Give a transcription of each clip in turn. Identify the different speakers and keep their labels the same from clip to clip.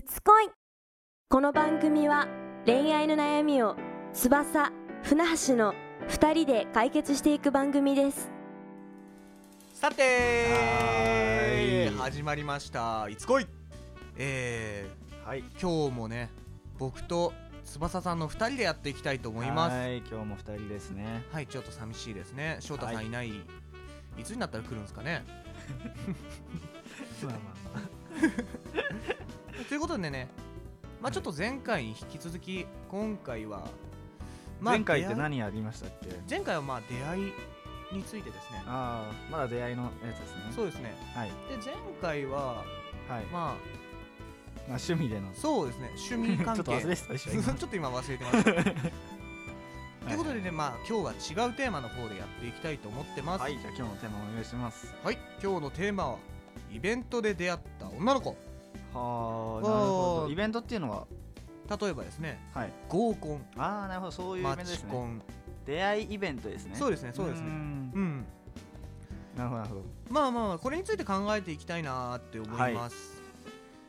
Speaker 1: 恋この番組は恋愛の悩みを翼船橋の2人で解決していく番組です
Speaker 2: さて
Speaker 3: はーい
Speaker 2: 始まりました「いつこい」え
Speaker 3: は
Speaker 2: ー、
Speaker 3: い
Speaker 2: 今日もね僕と翼さんの2人でやっていきたいと思いますは
Speaker 3: はいい今日も二人ですね
Speaker 2: ちょっと寂しいですね翔太さ
Speaker 3: は
Speaker 2: ん
Speaker 3: い
Speaker 2: いない、い、つになったら来るんですかね
Speaker 3: まあまあ
Speaker 2: ということでねまあちょっと前回に引き続き今回は、まあ
Speaker 3: 前回って
Speaker 2: 出会い
Speaker 3: 何やりましたっけ
Speaker 2: 前回はまあ出会いについてですね
Speaker 3: ああまだ出会いのやつですね
Speaker 2: そうですね
Speaker 3: はい
Speaker 2: で前回は
Speaker 3: はいま
Speaker 2: まあ
Speaker 3: あ趣味での
Speaker 2: そうですね趣味
Speaker 3: ちょっ
Speaker 2: 関係
Speaker 3: と忘れてたでしょ 今
Speaker 2: ちょっと今忘れてま したということで
Speaker 3: は
Speaker 2: ね、まあ、今日は違うテーマの方でやっていきたいと思ってます。
Speaker 3: は
Speaker 2: はいい、
Speaker 3: じゃあ今日のテーマお願いします
Speaker 2: 今日のテーマは、イベントで出会った女の子。
Speaker 3: はあ
Speaker 2: ー
Speaker 3: なるほどイベントっていうのは
Speaker 2: 例えばですね、
Speaker 3: はい
Speaker 2: 合コン、
Speaker 3: ああなるほどそういうイベ
Speaker 2: マ
Speaker 3: ントです
Speaker 2: チコ
Speaker 3: ね
Speaker 2: ン、
Speaker 3: 出会いイベントですね
Speaker 2: そう
Speaker 3: う
Speaker 2: ですね、そうですね。
Speaker 3: ん
Speaker 2: うん、
Speaker 3: なるほどなるほど
Speaker 2: まあまあ、これについて考えていきたいなーって思います。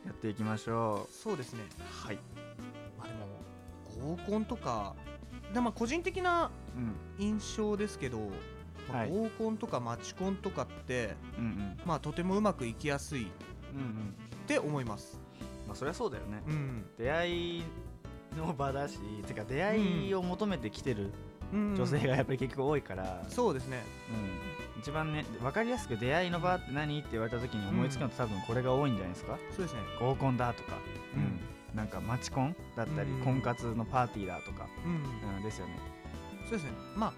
Speaker 3: やっていきましょ
Speaker 2: そうですね、
Speaker 3: うはい
Speaker 2: まあ、でも、合コンとか、でまあ、個人的な
Speaker 3: うん
Speaker 2: 印象ですけど。まあ
Speaker 3: はい
Speaker 2: 合コンとかマチコンとかって、
Speaker 3: うんうん
Speaker 2: まあ、とてもうまくいきやすいっ
Speaker 3: うんうん
Speaker 2: て思います。
Speaker 3: まあそりゃそうだよね
Speaker 2: うん、
Speaker 3: 出会いの場だしてか出会いを求めてきてる
Speaker 2: うん
Speaker 3: 女性がやっぱり結局多いから、
Speaker 2: そうですね。
Speaker 3: うん、一番ね分かりやすく出会いの場って何って言われた時に思いつくのって多分これが多いんじゃないですか、
Speaker 2: そうですね。
Speaker 3: 合コンだとか、
Speaker 2: うん
Speaker 3: うん、なんかマチコンだったり、
Speaker 2: うん
Speaker 3: 婚活のパーティーだとか、
Speaker 2: うん。
Speaker 3: うん、ですよね
Speaker 2: そうですねまあ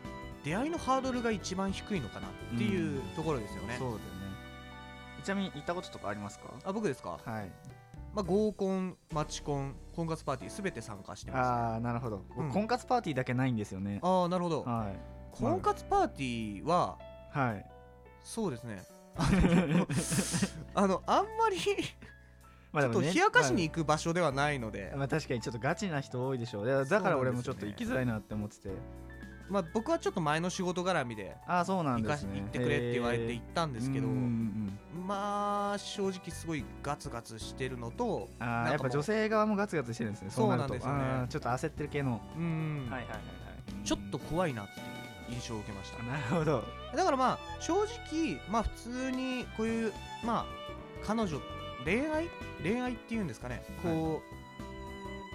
Speaker 2: 出会いのハードルが一番低いのかなっていううんところですよね、
Speaker 3: そうだよねちなみに行ったこととかありますか
Speaker 2: あ僕ですか、
Speaker 3: はい
Speaker 2: まあ、合コンマチコン婚活パーティーすべて参加してます、ね、
Speaker 3: ああなるほど、僕
Speaker 2: うん
Speaker 3: 婚活パーティーだけないんですよね
Speaker 2: ああーなるほど
Speaker 3: はい
Speaker 2: 婚活パーティーは
Speaker 3: はい
Speaker 2: そうです ねあのあのあんまりち
Speaker 3: まあ
Speaker 2: ょっ
Speaker 3: でも
Speaker 2: と
Speaker 3: ね
Speaker 2: 冷やかしに行く場所ではないので、
Speaker 3: まあ、確かにちょっとガチな人多いでしょうだだから俺もちょっと行きづらいなって思ってて、
Speaker 2: まあ、僕はちょっと前の仕事絡みで
Speaker 3: ああそうなん
Speaker 2: 行
Speaker 3: で
Speaker 2: か
Speaker 3: す
Speaker 2: し
Speaker 3: ね
Speaker 2: 行ってくれって言われて行
Speaker 3: へー
Speaker 2: ったんですけど、
Speaker 3: うんうんうん
Speaker 2: まあ正直すごいガツガツしてるのと
Speaker 3: あ
Speaker 2: なん
Speaker 3: あ
Speaker 2: か
Speaker 3: やっぱ
Speaker 2: もう
Speaker 3: 女性側もガツガツしてるんですねそうなると
Speaker 2: そうなんですよね
Speaker 3: あーちょっと焦ってる系の、
Speaker 2: うん、
Speaker 3: いはいはいはい
Speaker 2: ちょっと怖いなっていう印象を受けました
Speaker 3: なるほど
Speaker 2: だからまあ正直まあ普通にこういうまあ彼女恋愛恋愛っていうんですかねこ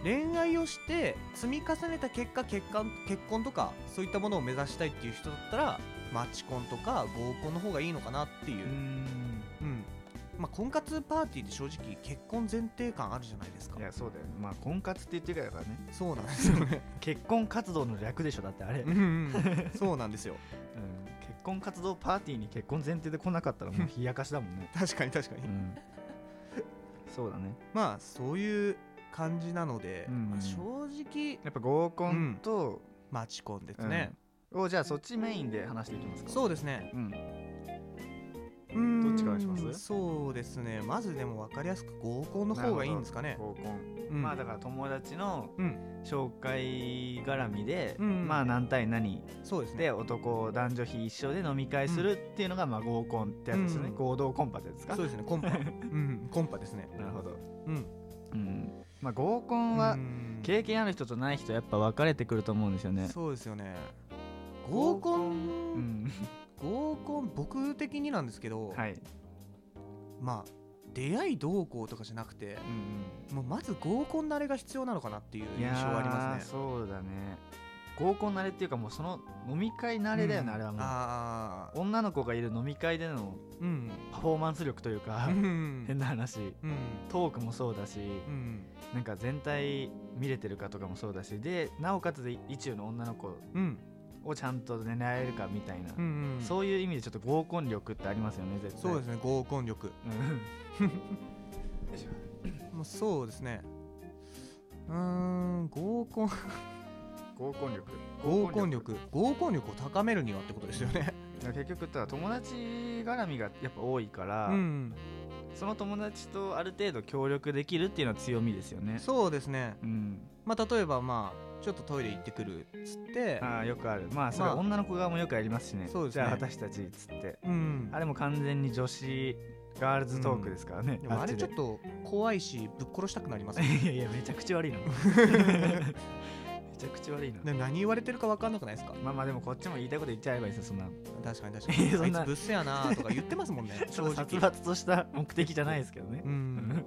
Speaker 2: う、恋愛をして積み重ねた結果結婚結婚とかそういったものを目指したいっていう人だったらマチコンとか合コンの方がいいのかなっていう、うん
Speaker 3: ん
Speaker 2: まあ、婚活パーティーって正直結婚前提感あるじゃないですか
Speaker 3: いやそうだよねまあ婚活って言ってるからね
Speaker 2: そうなんですよね
Speaker 3: 結婚活動の略でしょだってあれ、
Speaker 2: うん うんそうなんですよ
Speaker 3: うん結婚活動パーティーに結婚前提で来なかったらもう冷やかしだもんね
Speaker 2: 確かに確かに、
Speaker 3: うんそうだね
Speaker 2: まあそういう感じなので、
Speaker 3: うんうん
Speaker 2: まあ正直
Speaker 3: やっぱ合コンと、
Speaker 2: マチコンですね、
Speaker 3: をじゃあそっちメインで話していきますか
Speaker 2: そううですね
Speaker 3: うん
Speaker 2: うーん
Speaker 3: どっちからします
Speaker 2: そうですねまずでも分かりやすく合コンの方がいいんですかね、
Speaker 3: 合コン
Speaker 2: うん
Speaker 3: まあだから友達の
Speaker 2: うん
Speaker 3: 紹介絡みで、
Speaker 2: うん
Speaker 3: まあ何対何
Speaker 2: そうですね
Speaker 3: で男男女比一緒で飲み会するっていうのがまあ合コンってやつですよね、
Speaker 2: うん
Speaker 3: 合同コンパってやつですか
Speaker 2: そうですねコ ンパうんコンパですね
Speaker 3: なるほど、
Speaker 2: うん
Speaker 3: うんまあ、合コンは
Speaker 2: うん
Speaker 3: 経験ある人とない人やっぱ分かれてくると思うんですよね
Speaker 2: そうですよね合コ
Speaker 3: う
Speaker 2: ン
Speaker 3: ん
Speaker 2: 合コン僕的になんですけど、
Speaker 3: はい、
Speaker 2: まあ出会いどうこうとかじゃなくて
Speaker 3: うん
Speaker 2: もうまず合コン慣れが必要なのかなっていう
Speaker 3: うん、
Speaker 2: 印象はありますね
Speaker 3: そうだね合コン慣れっていうかもうその飲み会慣れだよね、
Speaker 2: うん
Speaker 3: あれはもう
Speaker 2: ああ
Speaker 3: 女の子がいる飲み会での
Speaker 2: うん
Speaker 3: パフォーマンス力というか、
Speaker 2: うん
Speaker 3: 変な話
Speaker 2: うん
Speaker 3: トークもそうだし、
Speaker 2: うん
Speaker 3: なんか全体見れてるかとかもそうだしでなおかつで意中の女の子
Speaker 2: うん
Speaker 3: をちゃんとね狙えるかみたいな、
Speaker 2: うんうん
Speaker 3: そういう意味でちょっと合コン力ってありますよね絶対
Speaker 2: そうですね合コン力
Speaker 3: うん
Speaker 2: もうそうですねうーん合コン
Speaker 3: 合コン力
Speaker 2: 合コン力合コン力を高めるにはってことですよね
Speaker 3: いや結局ただ友達絡みがやっぱ多いから、
Speaker 2: うん
Speaker 3: その友達とある程度協力できるっていうのは強みですよね
Speaker 2: そうですね
Speaker 3: うん、
Speaker 2: まあ例えばまあちょっとトイレ行ってくるっつって
Speaker 3: ああよくあるまあそれ
Speaker 2: まあ
Speaker 3: 女の子側もよくやりますしね,、
Speaker 2: そうですね
Speaker 3: じゃあ私たちっつって
Speaker 2: うん
Speaker 3: あれも完全に女子ガールズトークですからね、
Speaker 2: でもあれちょっ
Speaker 3: と
Speaker 2: と怖いしぶっ殺したくなりますね
Speaker 3: いやいやめちゃくちゃ悪いな めちゃくちゃ悪いな
Speaker 2: ね何言われてるか分かんなくないですか
Speaker 3: まあまあでもこっちも言いたいこと言っちゃえばいいですよそんな
Speaker 2: 確かに確かに
Speaker 3: そ
Speaker 2: あ
Speaker 3: ん
Speaker 2: い
Speaker 3: な
Speaker 2: つブスやなとか言ってますもんね 正
Speaker 3: その
Speaker 2: 直
Speaker 3: 殺伐とした目的じゃないですけどね
Speaker 2: う、ん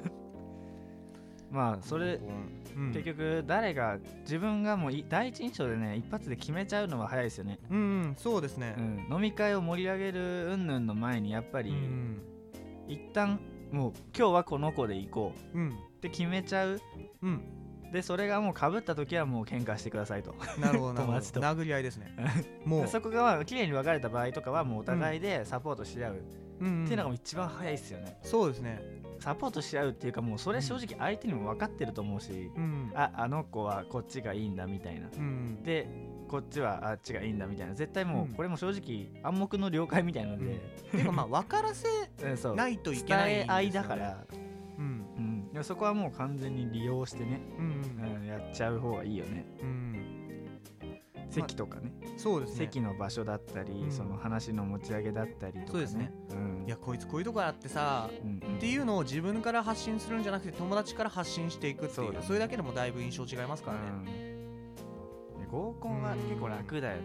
Speaker 3: まあそれ
Speaker 2: うん
Speaker 3: 結局誰が自分がもうい第一印象でね一発で決めちゃうのは早いですよね、
Speaker 2: うんうんそうですね
Speaker 3: うん、飲み会を盛り上げる云々の前にやっぱ
Speaker 2: う
Speaker 3: り、
Speaker 2: ん
Speaker 3: 一旦もう今日はこの子で行こう
Speaker 2: うん
Speaker 3: って決めちゃう
Speaker 2: うん
Speaker 3: でそれがもうかぶった時はもう喧嘩してくださいと
Speaker 2: なるほどなるほ
Speaker 3: 友
Speaker 2: ど
Speaker 3: 達と
Speaker 2: 殴り合いです ねもう
Speaker 3: そこがまあ綺麗に別れた場合とかはもうお互いでサポートし合う、
Speaker 2: うん
Speaker 3: っていうのがも
Speaker 2: ん
Speaker 3: う一番早いですよね
Speaker 2: そうですね
Speaker 3: サポートし合うっていうかもうそれ正直相手にも分かってると思うし、
Speaker 2: うん
Speaker 3: ああの子はこっちがいいんだみたいな
Speaker 2: うん
Speaker 3: でこっちはあっちがいいんだみたいな絶対も
Speaker 2: う
Speaker 3: うんこれも正直暗黙の了解みたいなので、
Speaker 2: ていうかまあ分からせ
Speaker 3: うんそう
Speaker 2: ないといけないんですよね
Speaker 3: 伝え合いだから、
Speaker 2: うん
Speaker 3: うん、でもそこはもう完全に利用してね、
Speaker 2: うん
Speaker 3: うん、やっちゃう方がいいよね
Speaker 2: うん
Speaker 3: 席とかね、
Speaker 2: そうですね
Speaker 3: 席の場所だったり、
Speaker 2: うん
Speaker 3: その話の持ち上げだったりとかね
Speaker 2: そうですね
Speaker 3: うん
Speaker 2: いやこいつこういうとこあってさ
Speaker 3: うんうん
Speaker 2: っていうのを自分から発信するんじゃなくて友達から発信していくって
Speaker 3: そ
Speaker 2: いうう
Speaker 3: だね
Speaker 2: それだけでもだいぶ印象違いますからね、
Speaker 3: うんで合コンは結構楽だよね、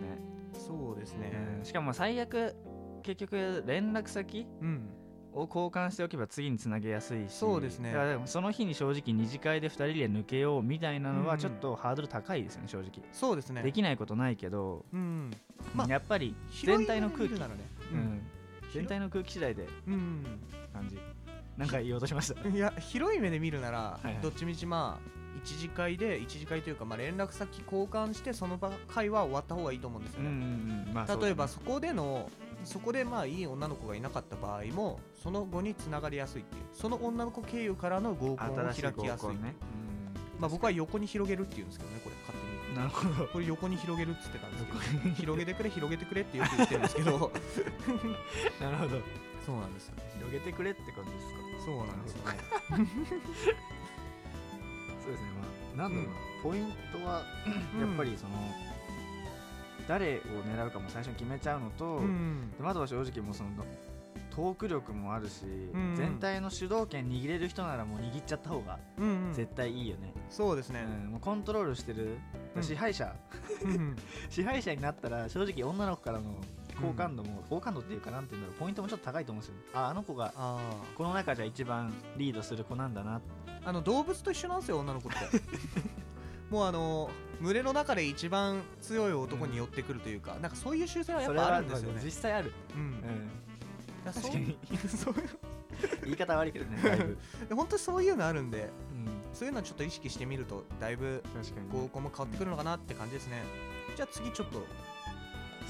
Speaker 2: そうです
Speaker 3: うんしかも最悪結局連絡先
Speaker 2: うん
Speaker 3: を交換しておけば次につなげやすいし
Speaker 2: そうですね
Speaker 3: だからでもその日に正直二次会で2人で抜けようみたいなの
Speaker 2: う
Speaker 3: は
Speaker 2: ん
Speaker 3: ちょっとハードル高いですよね正直、
Speaker 2: そうですね
Speaker 3: できないことないけど、
Speaker 2: うんまあ
Speaker 3: やっぱり全体の空気、
Speaker 2: 広い意味で見るならね
Speaker 3: うん全体の空気次第で
Speaker 2: うん、
Speaker 3: 感じなんか言おうとしました
Speaker 2: うん、 いや広い目で見るなら、
Speaker 3: いはい
Speaker 2: どっちみちまあ一次会で一次会というか、まあ、連絡先交換してその場会は終わった方がいいと思うんですよ
Speaker 3: うん
Speaker 2: ね、
Speaker 3: うんうんまあそうだね
Speaker 2: 例えばそこでのそこでまあいい女の子がいなかった場合もその後につながりやすいっていうその女の子経由からの合コンを開
Speaker 3: 新しい合
Speaker 2: きやすい
Speaker 3: コンね、
Speaker 2: まあ、僕は横に広げるって言うんですけどねこれ勝手に
Speaker 3: うんなるほど
Speaker 2: これ横に広げるっつってたんです けど広げてくれ広げてくれってよく言ってるんですけど
Speaker 3: なるほど
Speaker 2: そうなんですよ
Speaker 3: 広げてくれって感じですか
Speaker 2: そうなんですよね
Speaker 3: そうですねまあなんだろうな、ポイントは
Speaker 2: うん
Speaker 3: やっぱりその、誰を狙うかも最初に決めちゃうのと、
Speaker 2: うん
Speaker 3: であとは正直もうそのトーク力もあるし、
Speaker 2: ん
Speaker 3: 全体の主導権握れる人ならもう握っちゃった方が
Speaker 2: うんうん
Speaker 3: 絶対いいよね、
Speaker 2: そうです
Speaker 3: う
Speaker 2: ね
Speaker 3: んもうコントロールしてる
Speaker 2: うん
Speaker 3: 支配者、
Speaker 2: うん
Speaker 3: 支配者になったら正直女の子からの好感度も、好感度っていうかなんていうんだろうポイントもちょっと高いと思うんですよああの子が
Speaker 2: あ
Speaker 3: この中じゃ一番リードする子なんだな
Speaker 2: ーあの動物と一緒なんですよ女の 子ってもうあの群れの中で一番強い男に寄ってくるというか、なんかそういう習性はや
Speaker 3: そ
Speaker 2: っ
Speaker 3: れ
Speaker 2: ぱ
Speaker 3: は
Speaker 2: あるんですよね
Speaker 3: 実際ある、
Speaker 2: うん
Speaker 3: う、ん、
Speaker 2: だから
Speaker 3: 確
Speaker 2: そう
Speaker 3: かに
Speaker 2: そういう
Speaker 3: 言い方悪いけどねだいぶ、
Speaker 2: 本当にそういうのあるんで
Speaker 3: うん、
Speaker 2: そういうのはちょっと意識してみるとだいぶ
Speaker 3: 確かに
Speaker 2: 合コンも変わってくるのかなって感じですねじゃあ次ちょっと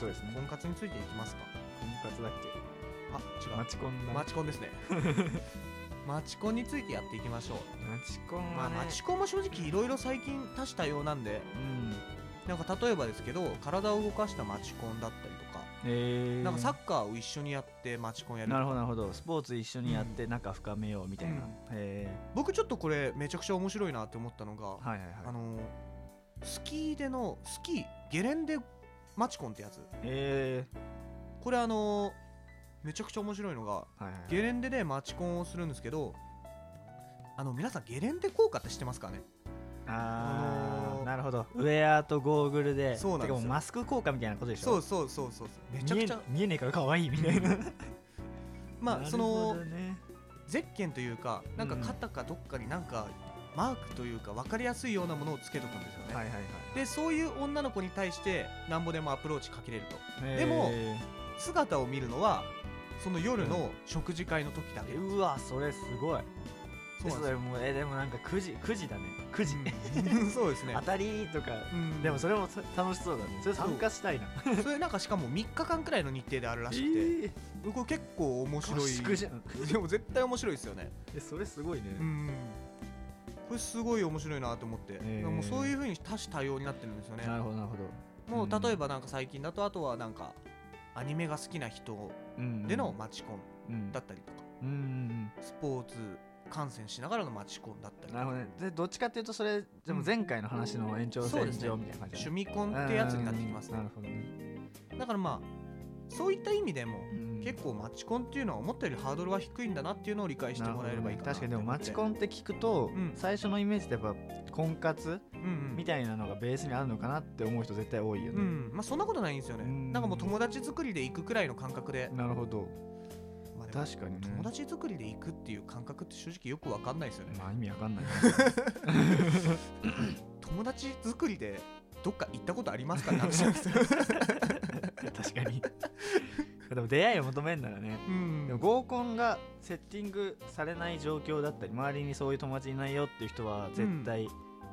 Speaker 3: そうですね
Speaker 2: 婚活についていきますか
Speaker 3: 婚活だっけ
Speaker 2: あ違う
Speaker 3: マチコンだ
Speaker 2: マチコン ですねマチコンについてやっていきましょう、
Speaker 3: マチコン
Speaker 2: まあ、マチコンも正直いろいろ最近多種多様なんで
Speaker 3: うん
Speaker 2: なんか例えばですけど体を動かしたマチコンだったりとか、
Speaker 3: えー、
Speaker 2: なんかサッカーを一緒にやってマチコンやる
Speaker 3: なるほどなるほどスポーツ一緒にやって仲深めようみたいな、
Speaker 2: うん
Speaker 3: え
Speaker 2: 僕ちょっとこれめちゃくちゃ面白いなって思ったのが、
Speaker 3: ー、はいはいはい
Speaker 2: あのースキーでのスキーゲレンデマチコンってやつ
Speaker 3: え
Speaker 2: これあのーめちゃくちゃ面白いのが
Speaker 3: ー、はいはいはい
Speaker 2: ゲレンデでマチコンをするんですけどあの皆さんゲレンデ効果って知ってますかねあ
Speaker 3: あー、
Speaker 2: のー
Speaker 3: なるほどウェアとゴーグルで
Speaker 2: そうなんですよ
Speaker 3: てかもマスク効果みたいなことでしょ
Speaker 2: そうそうそうそうそうめちゃくちゃ
Speaker 3: 見え見えねえから可愛いみたいな
Speaker 2: まあその
Speaker 3: なるほどね
Speaker 2: ゼッケンというかなんか
Speaker 3: うん
Speaker 2: 肩かどっかになんかマークというか分かりやすいようなものをつけとくんですよね、
Speaker 3: はいはいはい
Speaker 2: でそういう女の子に対してなんぼでもアプローチかけれると
Speaker 3: えー
Speaker 2: でも姿を見るのはその夜の食事会の時だけ、
Speaker 3: うわそれすごい
Speaker 2: そうなん
Speaker 3: そ
Speaker 2: です
Speaker 3: れ
Speaker 2: よ
Speaker 3: もうえでもなんか9時9時だね9時、
Speaker 2: うん そうですね
Speaker 3: 当たりとか
Speaker 2: うん
Speaker 3: でもそれもそ楽しそうだねそれ参加したいな
Speaker 2: それなんかしかも3日間くらいの日程であるらしくて、
Speaker 3: え
Speaker 2: これ結構面
Speaker 3: ー、
Speaker 2: 白
Speaker 3: 合
Speaker 2: い
Speaker 3: 宿じゃん
Speaker 2: でも絶対面白いですよね
Speaker 3: えそれすごいね、
Speaker 2: うんこれすごい面白いなと思って、
Speaker 3: えー
Speaker 2: もうそういうふうに多種多様になってるんですよね
Speaker 3: なるほどなるほど
Speaker 2: も
Speaker 3: うん
Speaker 2: う例えばなんか最近だとあとはなんかアニメが好きな人
Speaker 3: うん
Speaker 2: でのマチコン
Speaker 3: うん
Speaker 2: だったりとか、
Speaker 3: うんうん
Speaker 2: スポーツ観戦しながらのマチコンだった
Speaker 3: う
Speaker 2: り
Speaker 3: ん
Speaker 2: と
Speaker 3: なる
Speaker 2: か
Speaker 3: ほどねでどっちかっていうとそれでも前回の話の延長
Speaker 2: そう
Speaker 3: 線
Speaker 2: ですね
Speaker 3: 上みたいな感じだ
Speaker 2: 趣
Speaker 3: ね
Speaker 2: 味コンってやつになってきます
Speaker 3: うん
Speaker 2: ね
Speaker 3: なるほどね
Speaker 2: だからまあそういった意味でも、
Speaker 3: うん
Speaker 2: 結構マチコンっていうのは思ったよりハードルは低いんだなっていうのを理解してもらえればいいかな
Speaker 3: 確かにでもマチコ
Speaker 2: ン、
Speaker 3: ンって聞くと、
Speaker 2: うん
Speaker 3: 最初のイメージってやっぱ婚活
Speaker 2: うんうん
Speaker 3: みたいなのがベースにあるのかなって思う人絶対多いよ
Speaker 2: う
Speaker 3: ね、
Speaker 2: んまあ、そんなことないんですよね、
Speaker 3: うん
Speaker 2: なんかもう友達作りで行くくらいの感覚で、
Speaker 3: なるほど
Speaker 2: まあでも
Speaker 3: 確かにね
Speaker 2: 友達作りで行くっていう感覚って正直よくわかんないですよね、
Speaker 3: まあ意味わかんない
Speaker 2: 友達作りでどっか行ったことあり ますかって話なんですよ、
Speaker 3: 確か にでも出会いを求めるならね
Speaker 2: うん
Speaker 3: でも合コンがセッティングされない状況だったり周りにそういう友達いないよっていう人は絶対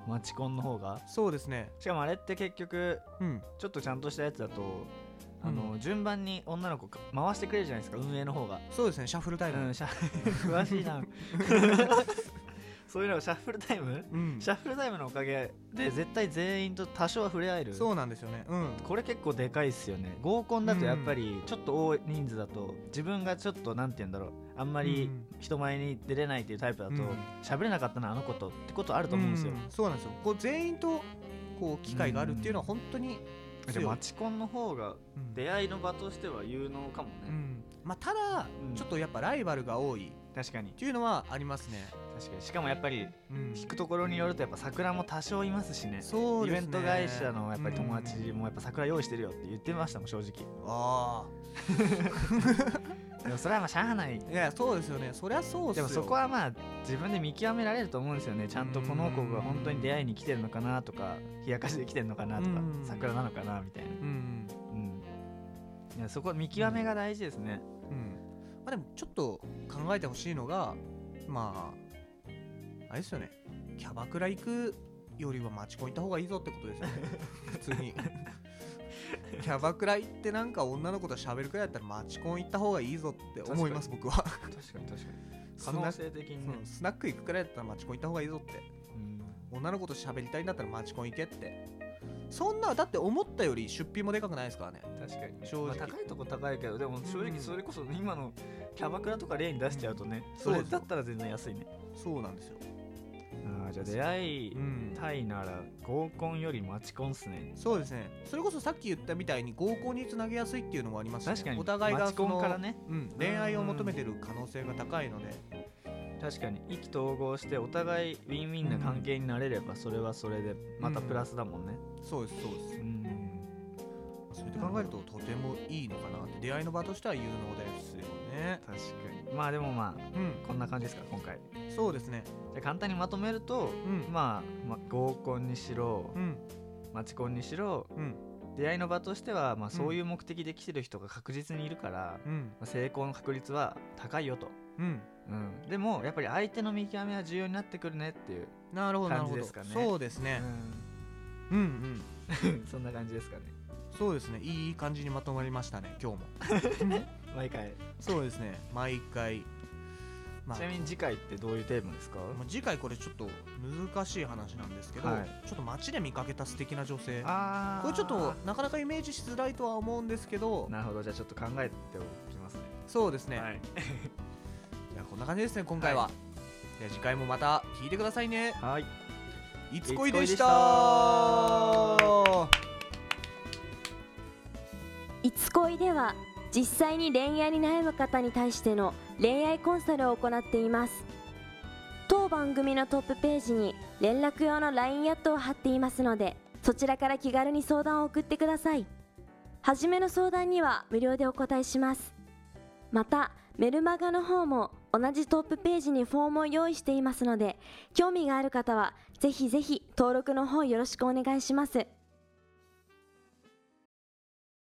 Speaker 3: マチコンの方が、
Speaker 2: そうですね
Speaker 3: しかもあれって結局
Speaker 2: うん
Speaker 3: ちょっとちゃんとしたやつだとあの、
Speaker 2: う
Speaker 3: 順番に女の子か回してくれるじゃないですか運営の方が
Speaker 2: そうですねシャッフルタイ
Speaker 3: う
Speaker 2: ム
Speaker 3: ん、シャ 詳しいなそういうのがシャッフルタイム、
Speaker 2: うん
Speaker 3: シャッフルタイムのおかげで絶対全員と多少は触れ合える
Speaker 2: そうなんですよねうん
Speaker 3: これ結構でかいっすよね合コンだとやっぱりちょっと多い人数だと自分がちょっとなんて言うんだろうあんまり人前に出れないっていうタイプだと
Speaker 2: うん
Speaker 3: 喋れなかったなあの子とってことあると思うんですよ、
Speaker 2: うんそうなんですよこう全員とこう機会があるっていうのは本当に
Speaker 3: で
Speaker 2: 強い
Speaker 3: マチコンの方が
Speaker 2: うん
Speaker 3: 出会いの場としては有能かもね、
Speaker 2: うんまあ、ただ、
Speaker 3: うん
Speaker 2: ちょっとやっぱライバルが多いっ
Speaker 3: 確かに
Speaker 2: ていうのはありますね、
Speaker 3: 確かにしかもやっぱり
Speaker 2: うん
Speaker 3: 聞くところによるとやっぱ桜も多少いますしね
Speaker 2: そう
Speaker 3: イ
Speaker 2: で
Speaker 3: ベ
Speaker 2: すね
Speaker 3: ント会社のやっぱり友達
Speaker 2: うん
Speaker 3: もやっぱ桜用意してるよって言ってましたもん正直
Speaker 2: あ
Speaker 3: でもそれはまあしゃあない
Speaker 2: あいやそうですよねそりゃそうっす
Speaker 3: で
Speaker 2: よ
Speaker 3: もそこはまあ自分で見極められると思うんですよねちゃんとこの子が本当に出会いに来てるのかなとか冷やかしで来てるのかなとか
Speaker 2: うん
Speaker 3: 桜なのかなみたいな
Speaker 2: うん
Speaker 3: うんいやそこは見極めが大事ですね
Speaker 2: うん、うんまあ、でもちょっと考えてほしいのがまああれですよねキャバクラ行くよりは街コン行った方がいいぞってことですよね普通にキャバクラ行ってなんか女の子と喋るくらいだったら街コン行った方がいいぞって思います僕は
Speaker 3: 確かに確かに
Speaker 2: スナック
Speaker 3: 性的に
Speaker 2: うんスナック行くくらいだったら街コン行った方がいいぞって女の子と喋りたいんだったらマチコン行けってそんなだって思ったより出費もでかくないですからね
Speaker 3: 確かに
Speaker 2: 正直
Speaker 3: 高いとこ高いけどでも正
Speaker 2: うん
Speaker 3: 直それこそ今のキャバクラとか例に出しちゃうとね
Speaker 2: そ
Speaker 3: そうれだったら全然安いね
Speaker 2: そうなんですよ
Speaker 3: あーじゃあ出会い
Speaker 2: うん
Speaker 3: たいなら合コンよりマチコンっすね
Speaker 2: そうですねそれこそさっき言ったみたいに合コンにつなげやすいっていうのもありますしね
Speaker 3: 確かに
Speaker 2: お互い
Speaker 3: マ
Speaker 2: が
Speaker 3: チ
Speaker 2: そ
Speaker 3: コ
Speaker 2: の
Speaker 3: ンからね
Speaker 2: うん、恋愛を求めてる可能性が高いので
Speaker 3: 確かに意気投合してお互いウィンウィンな関係になれればそれはそれでまたプラスだもんね、
Speaker 2: そうですそうです
Speaker 3: うん
Speaker 2: そうやって考えるととてもいいのかなって出会いの場としては有能ですよね
Speaker 3: 確かにまあでもまあ
Speaker 2: う
Speaker 3: こんな感じですか今回
Speaker 2: んそうですね
Speaker 3: じゃあ簡単にまとめると、
Speaker 2: うん
Speaker 3: まあ、ま合コンにしろ
Speaker 2: うん
Speaker 3: マチコンにしろ
Speaker 2: うん
Speaker 3: 出会いの場としては、まあ、そういう目的で来てる人が確実にいるから、
Speaker 2: うん
Speaker 3: まあ成功の確率は高いよと、
Speaker 2: うん
Speaker 3: うん、でもやっぱり相手の見極めは重要になってくるねっていう、
Speaker 2: なるほどなるほ
Speaker 3: 感
Speaker 2: ど
Speaker 3: じですかね
Speaker 2: そうですねうんうん
Speaker 3: うんそんな感じですかね
Speaker 2: そうですねいい感じにまとまりましたね今 日も
Speaker 3: 毎回
Speaker 2: そうですね毎回まあ
Speaker 3: ちなみに次回ってどういうテーマですか
Speaker 2: もう次回これちょっと難しい話なんですけど、
Speaker 3: はい
Speaker 2: ちょっと街で見かけた素敵な女性
Speaker 3: あー
Speaker 2: これちょっとなかなかイメージしづらいとは思うんですけど
Speaker 3: なるほどじゃあちょっと考えておきますね
Speaker 2: そうですね、
Speaker 3: はい、
Speaker 2: じゃあこんな感じですね今回は、
Speaker 3: は
Speaker 2: じゃあ次回もまた聞いてくださいね
Speaker 3: はい
Speaker 2: いつこいでし
Speaker 3: いつ
Speaker 2: た
Speaker 1: いつ恋では実際に恋愛に悩む方に対しての恋愛コンサルを行っています当番組のトップページに連絡用の LINE アットを貼っていますのでそちらから気軽に相談を送ってください初めの相談には無料でお答えしますまたメルマガの方も同じトップページにフォームを用意していますので興味がある方はぜひぜひ登録の方よろしくお願いします